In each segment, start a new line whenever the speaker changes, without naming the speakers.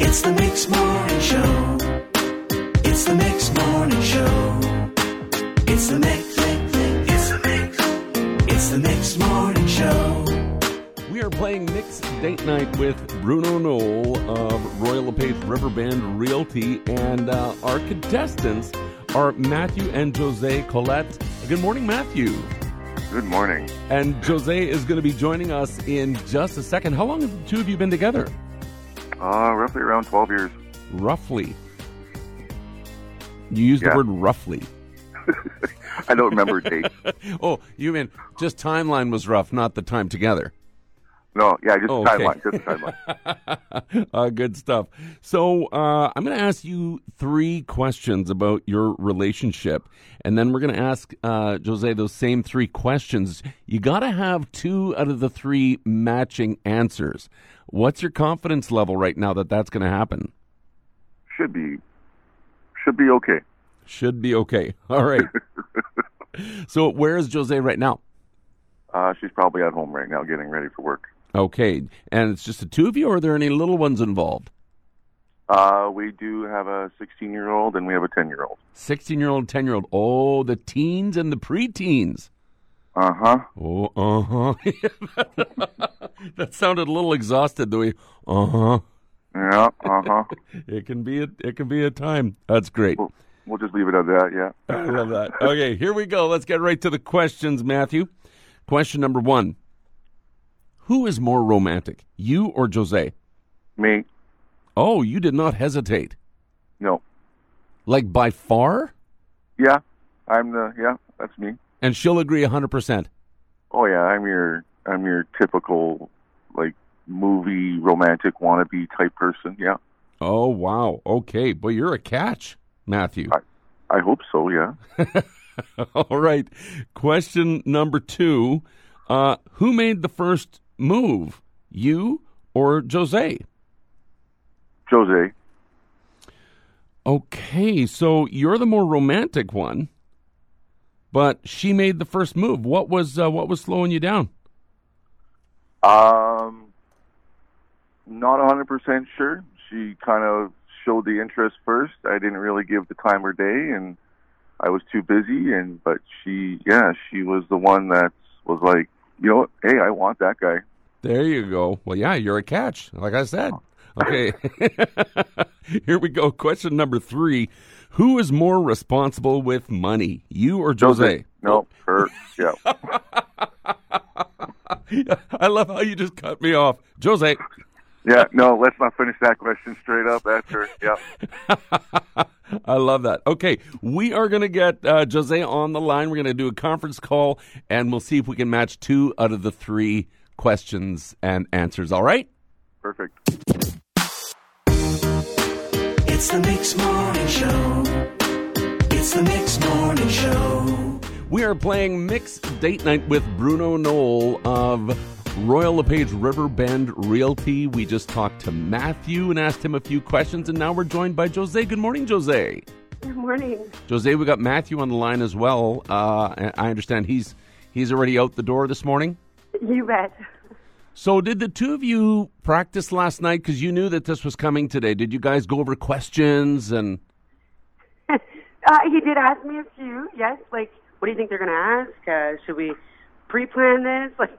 It's the Mixed Morning Show. It's the Mixed Morning Show. It's the Mix. It's the Mix. It's the Mixed Morning Show.
We are playing Nick's Date Night with Bruno Knoll of Royal LePage Riverbend Realty, and uh, our contestants are Matthew and Jose Colette. Good morning, Matthew.
Good morning.
And Jose is going to be joining us in just a second. How long have the two of you been together?
Uh, roughly around 12 years.
Roughly. You used
Yeah.
the word roughly.
I don't remember dates.
Oh, you mean just timeline was rough, not the time together.
No, yeah, just
Oh, okay.
timeline, just timeline.
uh, good stuff. So uh, I'm going to ask you three questions about your relationship, and then we're going to ask uh, Jose those same three questions. You got to have two out of the three matching answers. What's your confidence level right now that that's going to happen?
Should be, should be okay.
Should be okay. All right. so where is Jose right now?
Uh, she's probably at home right now getting ready for work.
Okay, and it's just the two of you, or are there any little ones involved?
Uh, we do have a 16 year old and we have a 10 year old.
16 year old, 10 year old. Oh, the teens and the preteens.
Uh huh.
Oh, uh huh. that sounded a little exhausted, though. Uh huh.
Yeah, uh huh.
It can be a, it can be a time. That's great.
we'll, we'll just leave it at that, yeah.
I love that. Okay, here we go. Let's get right to the questions, Matthew. Question number one: Who is more romantic, you or Jose?
Me,
Oh, you did not hesitate.
no.
Like by far,
Yeah, I'm the, yeah, that's me.
and she'll agree hundred percent.
Oh, yeah, I'm your, I'm your typical, like, movie romantic wannabe type person, yeah.
Oh wow. Okay, but you're a catch, Matthew.
I hope so, yeah.
All right. Question number two uh, Who made the first move, you or Jose?
Jose,
Okay, so you're the more romantic one, but she made the first move. What was uh, what was slowing you down?
Um, not hundred percent sure. She kind of showed the interest first. I didn't really give the time or day, and I was too busy. And but she, yeah, she was the one that was like, you know, what? hey, I want that guy.
There you go. Well, yeah, you're a catch, like I said. Okay. Here we go. Question number three. Who is more responsible with money, you or Jose?
No, her. Yeah.
I love how you just cut me off. Jose.
Yeah. No, let's not finish that question straight up. That's her. Yeah.
I love that. Okay, we are going to get uh, Jose on the line. We're going to do a conference call, and we'll see if we can match two out of the three questions and answers. All right?
Perfect.
It's the Mixed Morning Show. It's the Mixed Morning Show.
We are playing Mixed Date Night with Bruno Knoll of Royal LePage Riverbend Realty. We just talked to Matthew and asked him a few questions, and now we're joined by Jose. Good morning, Jose.
Good morning.
Jose, we got Matthew on the line as well. Uh, I- I understand he's he's already out the door this morning.
You bet.
So, did the two of you practice last night? Because you knew that this was coming today. Did you guys go over questions and?
Uh, he did ask me a few, yes, like, what do you think they're going to ask? Uh, should we pre plan this? Like,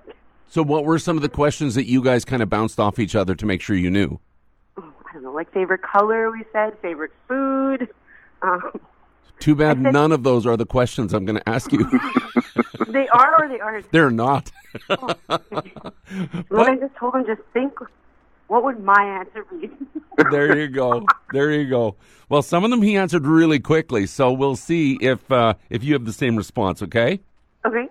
So, what were some of the questions that you guys kind of bounced off each other to make sure you knew?
oh, I don't know, like favorite color, we said, favorite food. Um,
Too bad none of those are the questions I'm going to ask you.
they are or they aren't.
They're not.
Well, I just told him, just think, what would my answer be?
There you go. There you go. Well, some of them he answered really quickly, so we'll see if uh, if you have the same response. Okay.
okay.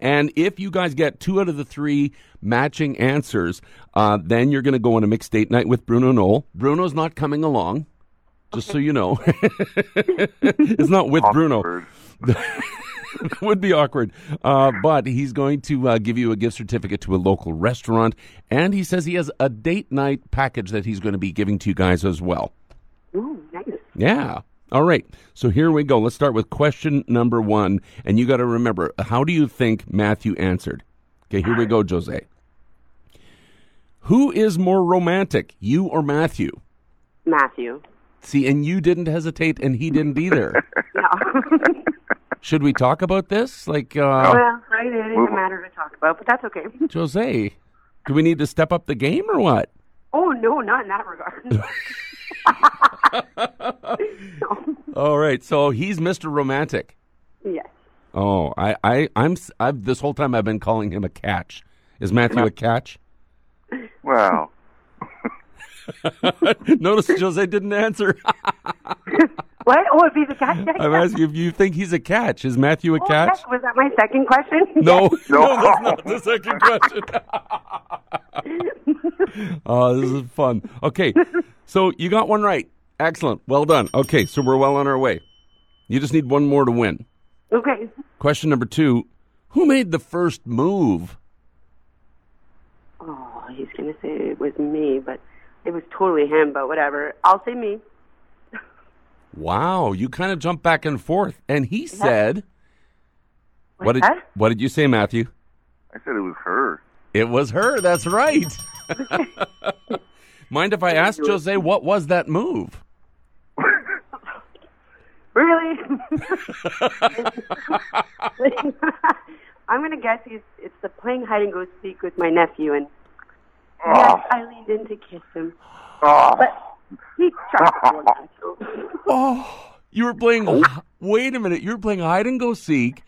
And if you guys get two out of the three matching answers, uh, then you're going to go on a mixed date night with Bruno Knoll. Bruno's not coming along, just so you know. it's not with Bruno.
Awkward.
It would be awkward. Uh, but he's going to uh, give you a gift certificate to a local restaurant. And he says he has a date night package that he's going to be giving to you guys as well.
Ooh, nice.
Yeah. All right. So here we go. Let's start with question number one. And you got to remember, how do you think Matthew answered? Okay, here we go, Jose. Who is more romantic, you or Matthew?
Matthew.
See, and you didn't hesitate, and he didn't either.
No.
Should we talk about this? Like, uh,
Oh. well, right, it is
Move
a
on.
matter to talk about, but that's okay.
Jose, do we need to step up the game or what?
Oh no, not in that regard.
All right, so he's Mr. Romantic.
yes.
Oh, I, I, I'm, s- I've this whole time I've been calling him a catch. Is Matthew a catch?
Wow.
Notice Jose didn't answer.
What? Oh, it'd be the cat. Yes,
I'm asking if you think he's a catch. Is Matthew a
Oh,
catch?
yes. Was that my second question?
No,
No.
no, that's not the second question. oh, this is fun. Okay, so you got one right. Excellent. Well done. Okay, so we're well on our way. You just need one more to win.
Okay.
Question number two Who made the first move?
Oh, he's gonna say it was me, but it was totally him. But whatever. I'll say me.
Wow, you kind of jumped back and forth. And he said, what did,
that?
what did you say, Matthew?
I said it was her.
It was her. That's right. Mind if I ask Jose what was that move?
Really? I'm gonna guess it's, it's the playing hide and go seek with my nephew, and
Ah.
yes,
Oh,
I leaned in to kiss him,
oh.
but he tried to hold on to him.
Oh, you were playing. Wait a minute, you were playing hide and go seek,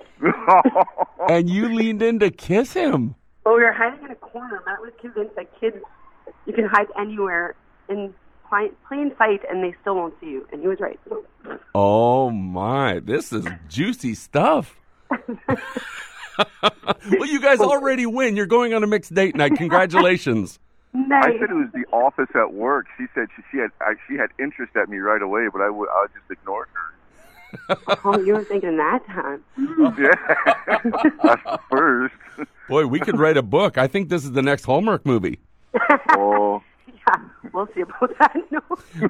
and you leaned in to kiss him.
But Oh, we were hiding in a corner. Matt was convinced that kids, you can hide anywhere in plain, plain sight and they still won't see you. And he was right.
Oh my, this is juicy stuff. well, you guys already win. You're going on a mixed date night. Congratulations.
I
Nice.
said it was the office at work. She said she, she had I, she had interest at me right away, but I w- I just ignored her.
Oh, you were thinking that time.
Yeah, at first.
Boy, we could write a book. I think this is the next Hallmark movie.
Oh,
Yeah, we'll see about that. No.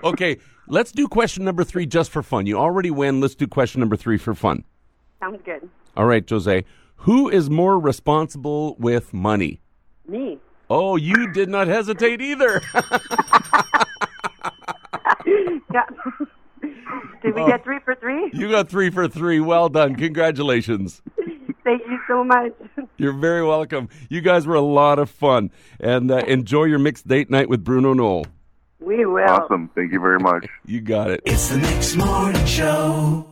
Okay, let's do question number three just for fun. You already win. Let's do question number three for fun.
Sounds good.
All right, Jose. Who is more responsible with money?
Me.
Oh, you did not hesitate either.
Yeah. Did we get three for three?
you got three for three. Well done. Congratulations.
Thank you so much.
You're very welcome. You guys were a lot of fun. And uh, enjoy your mixed date night with Bruno Noel.
We will.
awesome! Thank you very much.
You got it.
It's the next morning show.